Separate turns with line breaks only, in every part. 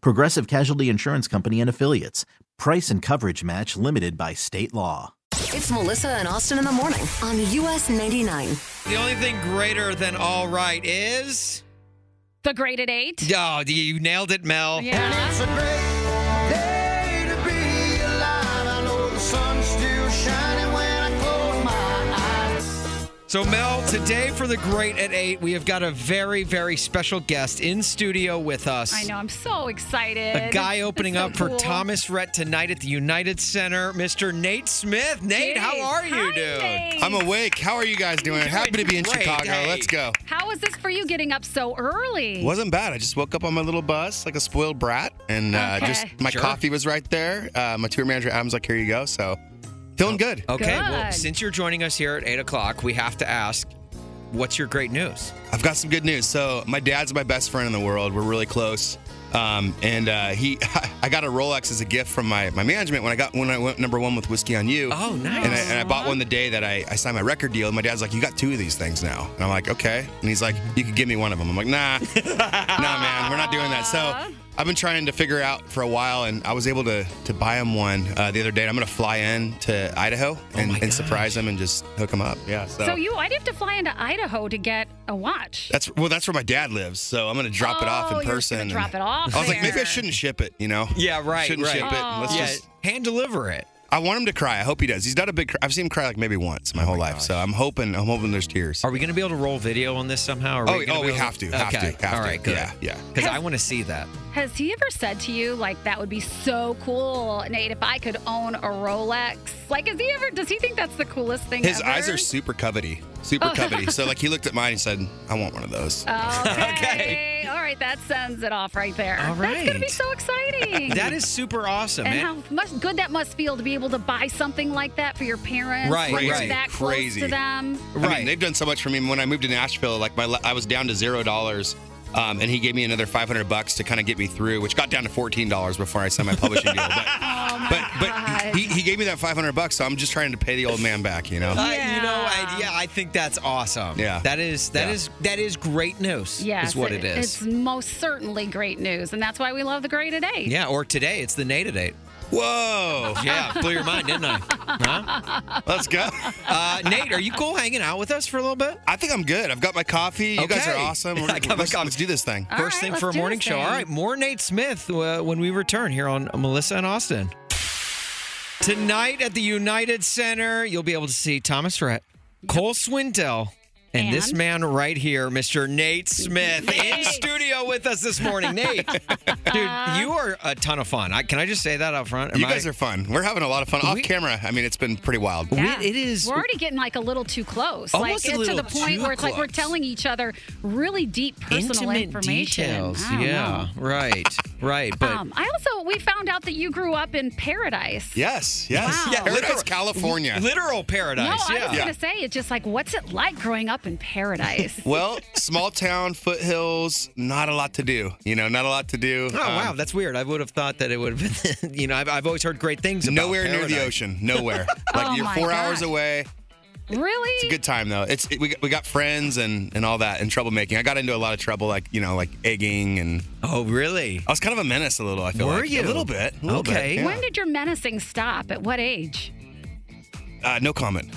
Progressive Casualty Insurance Company and Affiliates. Price and coverage match limited by state law.
It's Melissa and Austin in the morning on US 99.
The only thing greater than all right is.
The grade at eight.
Oh, you nailed it, Mel.
Yeah.
It's a great day to be alive. I know the sun's still shining when I close my eyes.
So, Mel, today for the Great at Eight, we have got a very, very special guest in studio with us.
I know. I'm so excited.
A guy opening
It's so
up for
cool.
Thomas Rhett tonight at the United Center, Mr. Nate Smith. Nate, how
Jeez.
are you,
Hi,
dude?
Nate.
I'm awake. How are you guys doing?
Doing
Happy to be in
great.
Chicago.
Hey.
Let's go.
How was this for you getting up so early?
Wasn't bad. I just woke up on my little bus like a spoiled brat, and uh,
Okay.
just my
Sure.
coffee was right there. Uh, my tour manager Adam's like, "Here you go." So,
Oh,
feeling good.
Okay, well,
Good.
since you're joining us here at 8 o'clock, we have to ask what's your great news?
I've got some good news. So, my dad's my best friend in the world. We're really close. Um, and uh, he, I got a Rolex as a gift from my, my management when I got when I went number one with Whiskey on You.
Oh, nice.
And I, and I bought one the day that I, I signed my record deal. And my dad's like, You got two of these things now. And I'm like, Okay. And he's like, You could give me one of them. I'm like, Nah, nah, man, we're not doing that. So I've been trying to figure out for a while, and I was able to to buy him one uh, the other day. And I'm going to fly in to
Oh
Idaho and,
my
and surprise him and just hook him up. Yeah. So,
so you, I'd have to fly into Idaho to get a watch.
that's well, that's where my dad lives. So I'm going to drop it off
Oh,
in
you're just
person.
gonna
and-
drop it off
I was like, Maybe I
there."
shouldn't ship it, you know?
Yeah, right,
Shouldn't
right.
ship it. Let's
Oh.
yeah,
just.
hand deliver it.
I want him to cry. I hope he does. He's not a big. Cry- I've seen him cry like maybe once my whole life. So I'm hoping. I'm hoping there's tears.
Oh Are we going to be able to roll video on this somehow? Are
Oh,
gonna
oh,
be
we
able
have to, have
okay.
to, have
All
to.
right, good.
Yeah, yeah.
Because I want to see that.
Has he ever said to you like that would be so cool, Nate? If I could own a Rolex, like, is he ever? Does he think that's the coolest thing?
His
ever?
eyes are super covety, super covety. So like he looked at mine and said, "I want one of those."
Uh, Okay.
Okay.
All right, that sends it off right there.
All
That's gonna be
right.
so exciting.
That is super awesome,
And
man.
how much good that must feel to be able to buy something like that for your parents,
Right,
when you're
right.
that close
Crazy.
to them.
I
Right.
mean, they've done so much for me. When I moved to Nashville, like my I was down to zero dollars, um, and he gave me another five hundred bucks to kind of get me through, which got down to fourteen dollars before I signed my publishing deal. But but, but he, he gave me that five hundred bucks, so I'm just trying to pay the old man back, you know.
I, you know, I,
Yeah.
yeah, I think that's awesome.
Yeah.
that is that
Yeah.
is that is great news.
Yes,
is what it is.
It's most certainly great news, and that's why we love the Great at Eight.
yeah, or today it's the Nate date.
Whoa,
Yeah, blew your mind, didn't I? Huh?
let's go.
Uh, Nate, are you cool hanging out with us for a little bit?
I think I'm good. I've got my coffee. You guys are
Okay.
awesome.
I got my
let's,
coffee.
let's do this thing.
All
First
right,
thing
let's
for a
do
morning
this
show. All
thing.
right, more Nate Smith uh, when we return here on Melissa and Austin. Tonight at the United Center, you'll be able to see Thomas Rhett, Cole Swindell, and, this
And?
man right here, Mr. Nate Smith, in
Nate. Uh-huh.
studio with us this morning. Nate, dude, you are a ton of fun. I, can I just say that up front? Am
You guys
I-
are fun. We're having a lot of fun off
We-
camera. I mean, it's been pretty wild.
Yeah.
it is-
We're already getting like a little too
Almost
close.
a
like it's to
little
the point
too
where it's like we're
close.
telling each other really deep personal
intimate
information.
details.
I don't
Yeah, right, right.
know.
But
um, I also we found out that you grew up in paradise.
Yes, yes.
Wow. Yeah,
Paradise,
literal-
California.
literal
No,
paradise.
I
yeah.
was
Yeah.
gonna say it's just like what's it like growing up in paradise?
Well, small town, foothills, not a lot to do. You know, not a lot to do. Um,
Oh wow, that's weird. I would have thought that it would have been. You know, I've, I've always heard great things. About
nowhere near the
Paradise.
ocean. Nowhere. like
Oh
you're
my
four
gosh.
hours away.
really?
It's a good time though. It's it, we, got- we got friends and and all that and troublemaking. I got into a lot of trouble, like you know, like egging and
Oh really?
I was kind of a menace a little. I feel
Were
like.
you?
a little bit? A little
Okay.
Bit, yeah.
When did your menacing stop? At what age?
uh, no comment.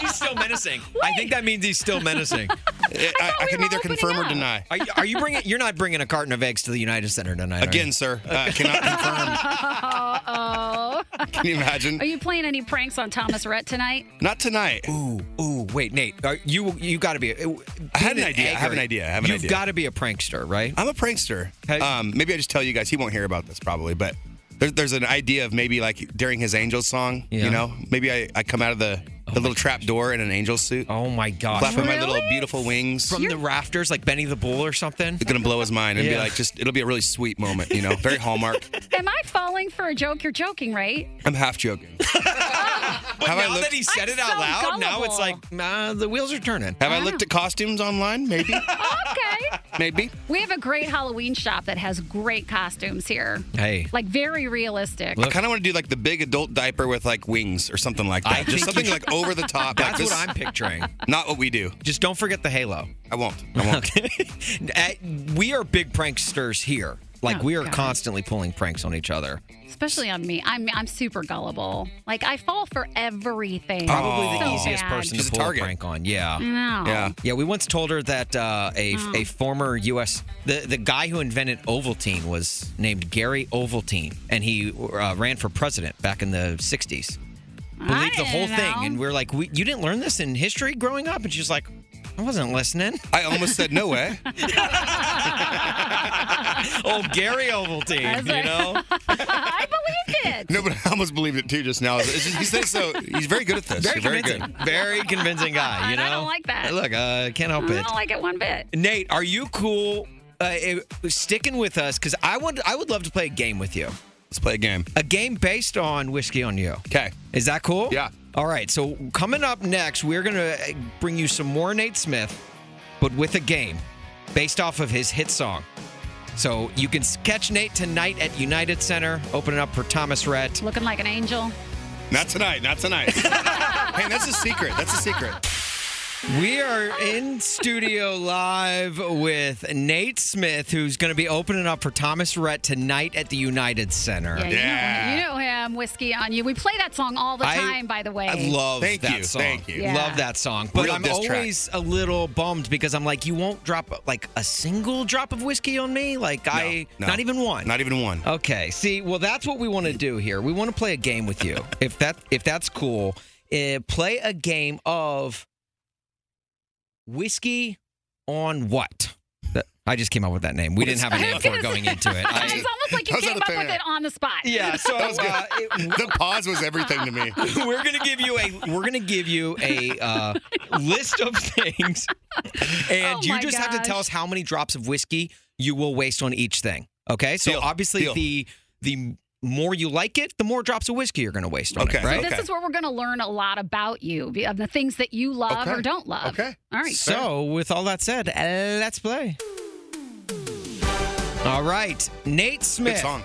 he's still menacing. I think that means he's still menacing.
I, I,
we
can
were
neither
opening
confirm
up.
or deny.
Are you, are you bringing? You're not bringing a carton of eggs to the United Center tonight. are you?
Again, sir, uh, cannot confirm. Can you imagine?
Are you playing any pranks on Thomas Rhett tonight?
Not tonight.
Ooh, ooh, wait, Nate, are you you got to be. uh,
I had an idea, I have an idea, I have an
You've
idea.
got to be a prankster, right?
I'm a prankster.
Hey.
Um, maybe I just tell you guys. He won't hear about this probably, but there's, there's an idea of maybe like during his Angels song,
Yeah.
you know, maybe I, I come out of the, the little trap door in an angel suit,
Oh my gosh!
flap
From,
my little
Really?
beautiful wings.
from the rafters, like Benny the Bull or something.
it's gonna blow his mind and be
Yeah.
like, just it'll be a really sweet moment, you know, very hallmark.
Am I falling for a joke? You're joking, right?
I'm half joking.
But
Have I
now
looked-
that he said
I'm
it out
so
loud, now it's like uh, the wheels are turning.
Have I looked at costumes online? Maybe,
Okay.
maybe.
we have a great Halloween shop that has great costumes here.
Hey.
Like very realistic.
I kind of want to do like the big adult diaper with like wings or something like that.
I think
just something
you-
like over the top.
That's what
like, this-
I'm picturing.
Not what we do.
Just don't forget the halo.
I won't. I won't.
Uh, we are big pranksters here. Like
Oh,
we are
God.
constantly pulling pranks on each other.
Especially on me. I'm I'm super gullible. Like I fall for everything.
Probably the
So
easiest
bad.
person
She's
to
a
pull
target.
a prank on. Yeah. Uh,
No.
Yeah.
Yeah, we once told her that uh, a
Oh.
a former U.S. the the guy who invented Ovaltine was named Gary Ovaltine, and he uh, ran for president back in the '60s. Believed the whole
didn't
thing,
know.
and we are like, we, "You didn't learn this in history growing up?" And she's like, "I wasn't listening."
I almost said no way.
oh, Gary Ovaltine, you know?
I believed it.
No, but I almost believed it too just now. It's just- he says so. He's very good at this.
Very,
You're very
convincing,
good.
very convincing guy. You
And
know,
I don't like that.
Look, uh, can't help
I
it.
don't like it one bit.
Nate, are you cool? Uh, eh, sticking with us because I would I would love to play a game with you.
Let's play a game.
A game based on Whiskey on You.
Okay.
Is that cool?
Yeah.
All right. So coming up next, we're gonna eh, bring you some more Nate Smith, but with a game based off of his hit song. So you can s- catch Nate tonight at United Center, opening up for Thomas Rhett.
Looking like an angel.
Not tonight. Not tonight. hey, that's a secret. That's a secret.
We are in studio live with Nate Smith, who's going to be opening up for Thomas Rhett tonight at the United Center.
Yeah,
Yeah.
You, know, him. you know him. Whiskey on you. We play that song all the
I-
time, by the way.
I love
Thank
that
you,
song.
thank you.
Yeah.
Love that song. But
Real
I'm
diss track.
always a little bummed because I'm like, you won't drop like a single drop of whiskey on me. Like I,
No, no.
not even one.
Not even one.
Okay. See, well, that's what we want to do here. We want to play a game with you. if that, if that's cool, uh, play a game of whiskey on what? That- I just came up with that name. We didn't have a name for it going into it.
it's
I,
almost like you
How's that
came
a
up
thing?
with it on the spot.
yeah. So uh, it-
The pause was everything to me.
we're gonna give you a we're gonna give you a uh, list of things, and
Oh
you
my
just have to tell
gosh.
us how many drops of whiskey you will waste on each thing. Okay, so
Deal.
obviously
Deal.
the the more you like it, the more drops of whiskey you're gonna waste on it.
Okay.
Right.
So this
Okay.
is where we're going to learn a lot about you, be- of the things that you love
Okay.
or don't love.
Okay.
All right.
So, with all that said, uh, let's play. All right, Nate
Good
Smith.
song.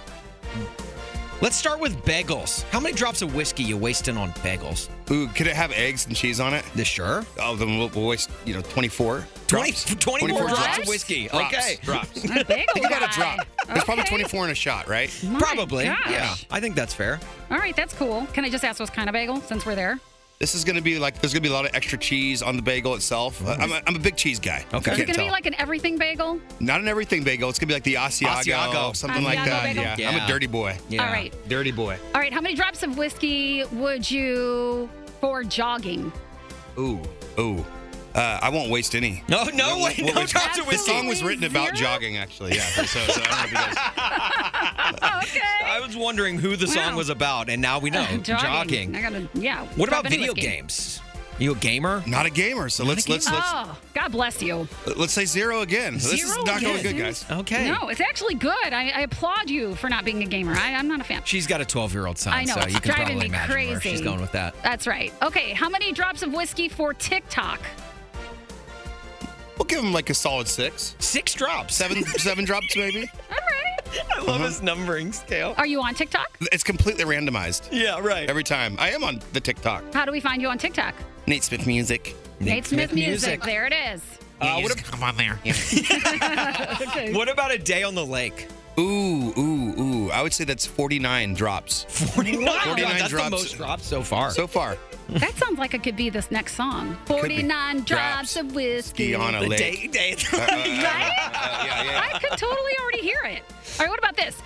Let's start with bagels. How many drops of whiskey you wasting on bagels?
Ooh, could it have eggs and cheese on it?
The sure.
Oh, then we'll, we'll waste, you know, 24.
20,
drops.
24, drops? of whiskey.
Drops.
Okay.
Drops.
All right, bagel
Think about
guy.
a drop. There's probably
Okay.
24 in a shot, right?
My
Probably.
gosh.
Yeah. I think that's fair.
All right, that's cool. Can I just ask what kind of bagel since we're there?
This is going to be like, there's going to be a lot of extra cheese on the bagel itself. Uh, I'm, a, I'm a big cheese guy. if you
Okay.
can't
Is it going to
tell.
be like an everything bagel?
Not an everything bagel. It's gonna be like the Asiago,
Asiago.
something like
Asiago
that.
bagel?
Yeah.
Yeah.
I'm a dirty boy.
Yeah.
All right.
Dirty boy.
All right. How many drops of whiskey would you for jogging?
Ooh, ooh. Uh, I won't waste any.
No, no,
We'll-
way.
we'll
no
waste-
drops of
Absolutely.
This
whiskey.
song was written about
Zero?
jogging, actually. Yeah. So, so I don't know if you guys- Oh,
Okay.
I was wondering who the song
Wow.
was about, and now we know.
Oh, I gotta, yeah.
What
drop
about
any
video
whiskey.
games? You a gamer?
not a gamer. So let's let's let's
Oh, God bless you.
let's say zero again. So this is
Zero
not going
again.
good, guys.
Okay.
No, it's actually good. I, I applaud you for not being a gamer. I, I'm not a fan.
She's got a 12 year old son,
I know,
so
it's
you can
driving
probably
me
imagine where she's
crazy.
going with that.
That's right. Okay, how many drops of whiskey for TikTok?
We'll give him like a solid six,
Six drops.
seven seven drops maybe.
All right.
I love his numbering scale.
Are you on TikTok?
It's completely randomized
Yeah, right.
every time. I am on the TikTok.
How do we find you on TikTok?
Nate Smith music.
Nate, Smith, music. There it is.
Uh, what ab-
come on there.
What about a day on the lake?
ooh, ooh, ooh. I would say that's 49 drops
49,
49
That's
drops.
the most drops so far.
so far.
That sounds like it could be this next song.
be.
49 drops
Drops.
of whiskey.
Ski on a
the
lake.
day, day.
Uh, uh, uh, uh,
Right?
yeah, yeah.
I could totally already hear it. All right, what about this?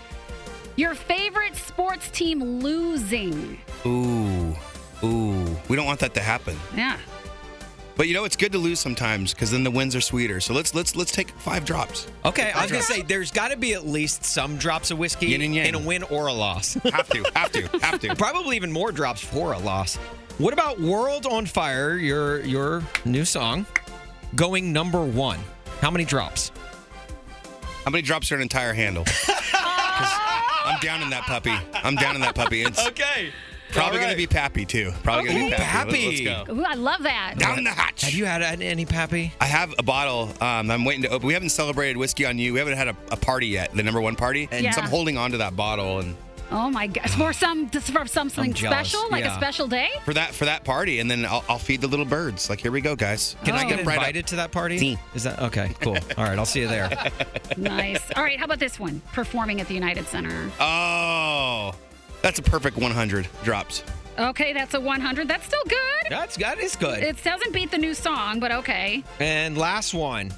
Your favorite sports team losing.
Ooh, ooh. We don't want that to happen.
Yeah.
But you know, it's good to lose sometimes because then the wins are sweeter. So let's let's let's take five drops.
Okay, I was gonna say there's got to be at least some drops of whiskey
Yin and yang.
in a win or a loss.
Have to, have to, have to.
Probably even more drops for a loss. What about "World on Fire"? Your your new song going number one. How many drops?
How many drops are an entire handle? 'Cause I'm down in that puppy. I'm down in that puppy. It's
Okay,
probably gonna be Pappy too. Probably gonna be
Okay.
Pappy. Let- Let's
Pappy.
go.
Ooh, I love that.
Down the hatch.
Have you had any pappy?
I have a bottle. Um, I'm waiting to open. We haven't celebrated whiskey on you. We haven't had a, a party yet, the number one party. And so I'm
Yeah.
holding on to that bottle and
Oh my gosh. For some for something
jealous.
special, like
Yeah.
a special day?
for that for that party. And then I'll, I'll feed the little birds. Like here we go, guys.
Can I
Oh.
get
Oh. Right up.
invited to that party?
Si.
Is that okay? Cool. All right, I'll see you there.
Nice. All right, how about this one? Performing at the United Center.
Oh, that's a perfect 100 drops.
Okay, that's a 100. That's still good.
That's that is good.
It doesn't beat the new song, but okay.
And last one.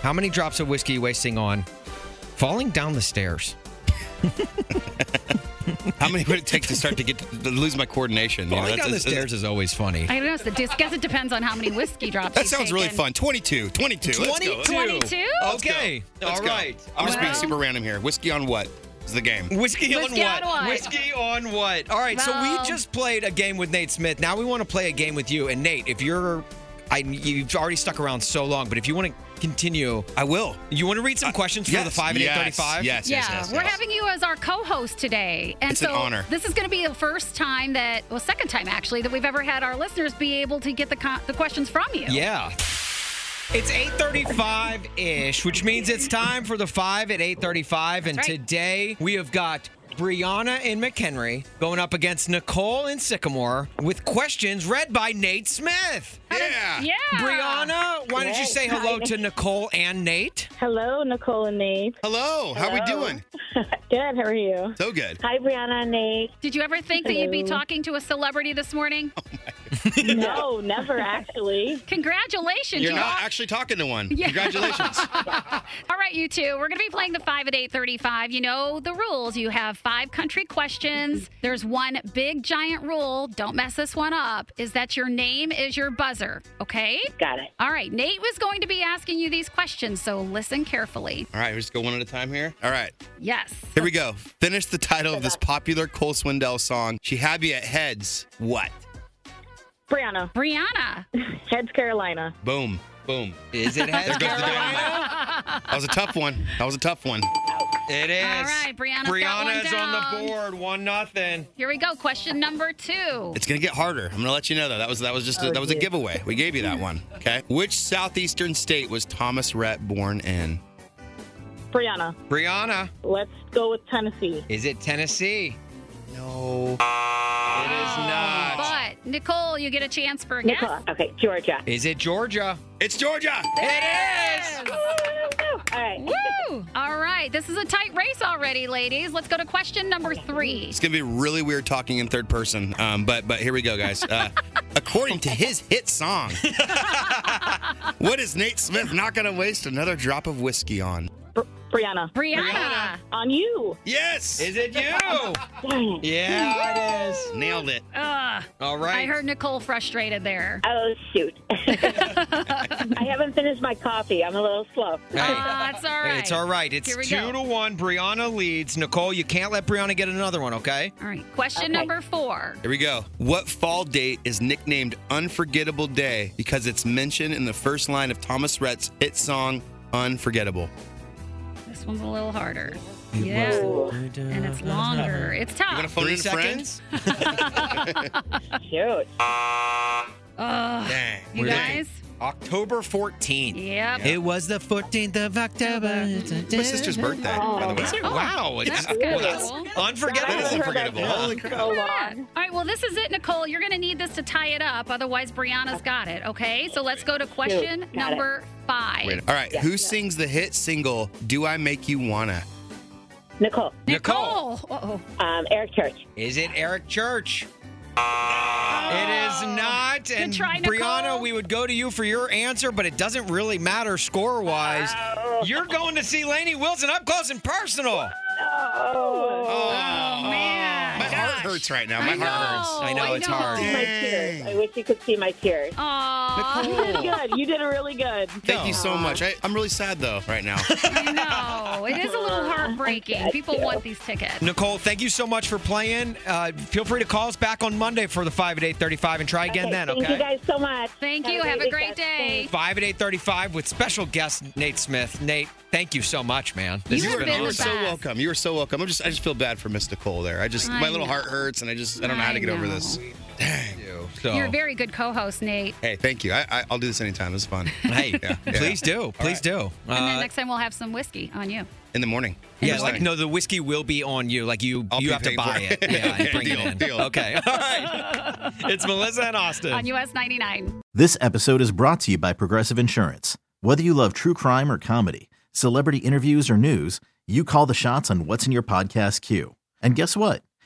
How many drops of whiskey you wasting on falling down the stairs?
How many would it take to start to get to, to lose my coordination? You know,
Falling
that's-
down the
that's-
stairs is always funny.
I don't know. It's the disc. Guess it depends on how many whiskey drops.
That
you've
sounds really
taken.
fun. 22, 22. Let's go. Let's
22?
Okay.
go. Let's
All
go.
right.
I'm just being
Well-
super random here. Whiskey on what is the game?
Whiskey,
Whiskey
on, what?
on what?
Whiskey on what? All right, so
Well-
we just played a game with Nate Smith. Now we want to play a game with you. And Nate, if you're, I, you've already stuck around so long, but if you want to continue,
I will.
you want to read some questions for the five and eight
Uh, yes,
thirty-five.
Yes,
Yeah,
yes, yes,
we're
yes.
having you as our co-host today, and
It's an
so
honor.
this is going to be the first time that, well, second time actually that we've ever had our listeners be able to get the co- the questions from you.
Yeah. It's 8:35-ish, which means it's time for the 5 at 8:35 and
That's right.
today we have got Brianna and McHenry going up against Nicole and Sycamore with questions read by Nate Smith.
Yeah.
Yeah.
Brianna, why don't you
Yes.
say hello to Nicole and Nate?
Hello, Nicole and Nate.
Hello. How we
Hello.
doing?
Good, how are you?
So good.
Hi, Brianna and Nate.
Did you ever think that you'd be talking to a celebrity this morning?
Oh.
No, never actually.
Congratulations.
You're
you
not
are-
actually talking to one. Congratulations.
All right, you two. We're going to be playing the 5 at 8:35. You know the rules. You have five country questions. There's one big giant rule, don't mess this one up, is that your name is your buzzer, okay?
Got it.
All right, Nate was going to be asking you these questions, so listen carefully.
All right, we just go one at a time here. All right,
Yes.
here we go. Finish the title of this popular Cole Swindell song. She had me at heads. What?
Brianna,
Brianna.
Heads Carolina.
Boom. Boom.
Is it
There goes the dynamite. That was a tough one. That was a tough one.
It is.
All right, Brianna's got one
Brianna's on
down.
the board, one nothing.
Here we go. Question number 2.
It's gonna get harder. I'm gonna let you know though. That was that was
Oh,
just a, that was a giveaway. We gave you that one. Okay. Which southeastern state was Thomas Rhett born in?
Brianna,
Brianna,
let's go with Tennessee.
is it Tennessee?
No.
It is not.
But Nicole, you get a chance for a guess.
Nicole, okay, Georgia.
Is it Georgia?
It's Georgia.
It is.
All right.
Woo! All right, this is a tight race already, ladies. Let's go to question number 3.
It's gonna be really weird talking in third person. Um, but but here we go, guys. Uh, according to his hit song, what is Nate Smith not gonna waste another drop of whiskey on?
Br- Brianna,
Brianna.
on you.
Yes.
Is it you?
Dang it.
Yeah, it is.
Nailed it.
Ugh,
All right.
I heard Nicole frustrated there.
Oh, shoot. I haven't finished my coffee. I'm a little slow.
Hey,
Ah, it's all right.
Hey, it's all right. It's
Here we
two
go.
to one. Brianna leads. Nicole, you can't let Brianna get another one, okay?
All right. Question
Okay.
number four.
Here we go. What fall date is nicknamed Unforgettable Day because it's mentioned in the first line of Thomas Rhett's hit song Unforgettable?
This one's a little harder. Yeah. And it's longer. It's
You want
tough.
to phone
Three
in a friend?
seconds.
Shoot.
Ugh.
Dang.
You
we're
guys?
October 14th.
Yep.
It was the 14th of October.
late. My sister's birthday, by the way.
wow. It's,
Oh, that's
well,
cool.
that's
I
unforgettable.
haven't heard that
unforgettable.
song
Holy
in
crap.
So
Yeah.
long.
All right, well, this is it, Nicole. You're going to need this to tie it up. Otherwise, Brianna's got it, okay? So let's go to question
Got it.
number five.
Wait, all right. Who sings the hit single "Do I Make You Wanna"?
Nicole,
Nicole.
Nicole. Uh-oh.
um, Eric Church.
Is it Eric Church? It is not. And
try, Nicole.
Brianna, we would go to you for your answer, but it doesn't really matter score wise. You're going to see Lainey Wilson up close and personal.
Oh,
man.
My heart hurts right
Oh,
now. My
I
heart hurts.
know,
I know,
I
it's
know.
hard.
my
Oh, Dang. Oh.
tears. I wish you could see my tears.
Aw,
You did good. You did really good.
Thank you so much. I, I'm really sad though right now.
I know. It is a little heartbreaking. People want these tickets.
Nicole, thank you so much for playing. Uh, feel free to call us back on Monday for the 5 at 835 and try again then,
thank
okay?
you guys so much.
Thank you. Have a great day.
5 at 835 with special guest Nate Smith. Nate, thank you so much, man. This
You
has
have
been,
been
you
the
were
awesome.
so
best.
welcome. You were so welcome. I'm just I just feel bad for Miss Nicole there. I just
I
my little
know.
heart hurts and I just I don't know how to
I
get over
know.
this.
You, so-
You're a very good co host, Nate.
Hey, thank you. I, I I'll do this anytime. It's fun.
Hey,
Yeah, yeah.
please do. Please do.
And then
Uh,
next time we'll have some whiskey on you.
in the morning.
yeah,
First
like
thing.
no, the whiskey will be on you. Like you,
I'll
you
be
have to
paying for
buy it.
it.
Yeah, and bring
Deal,
it in.
deal.
Okay, all right. It's Melissa and Austin.
On US 99.
This episode is brought to you by Progressive Insurance. Whether you love true crime or comedy, celebrity interviews or news, you call the shots on what's in your podcast queue. And guess what?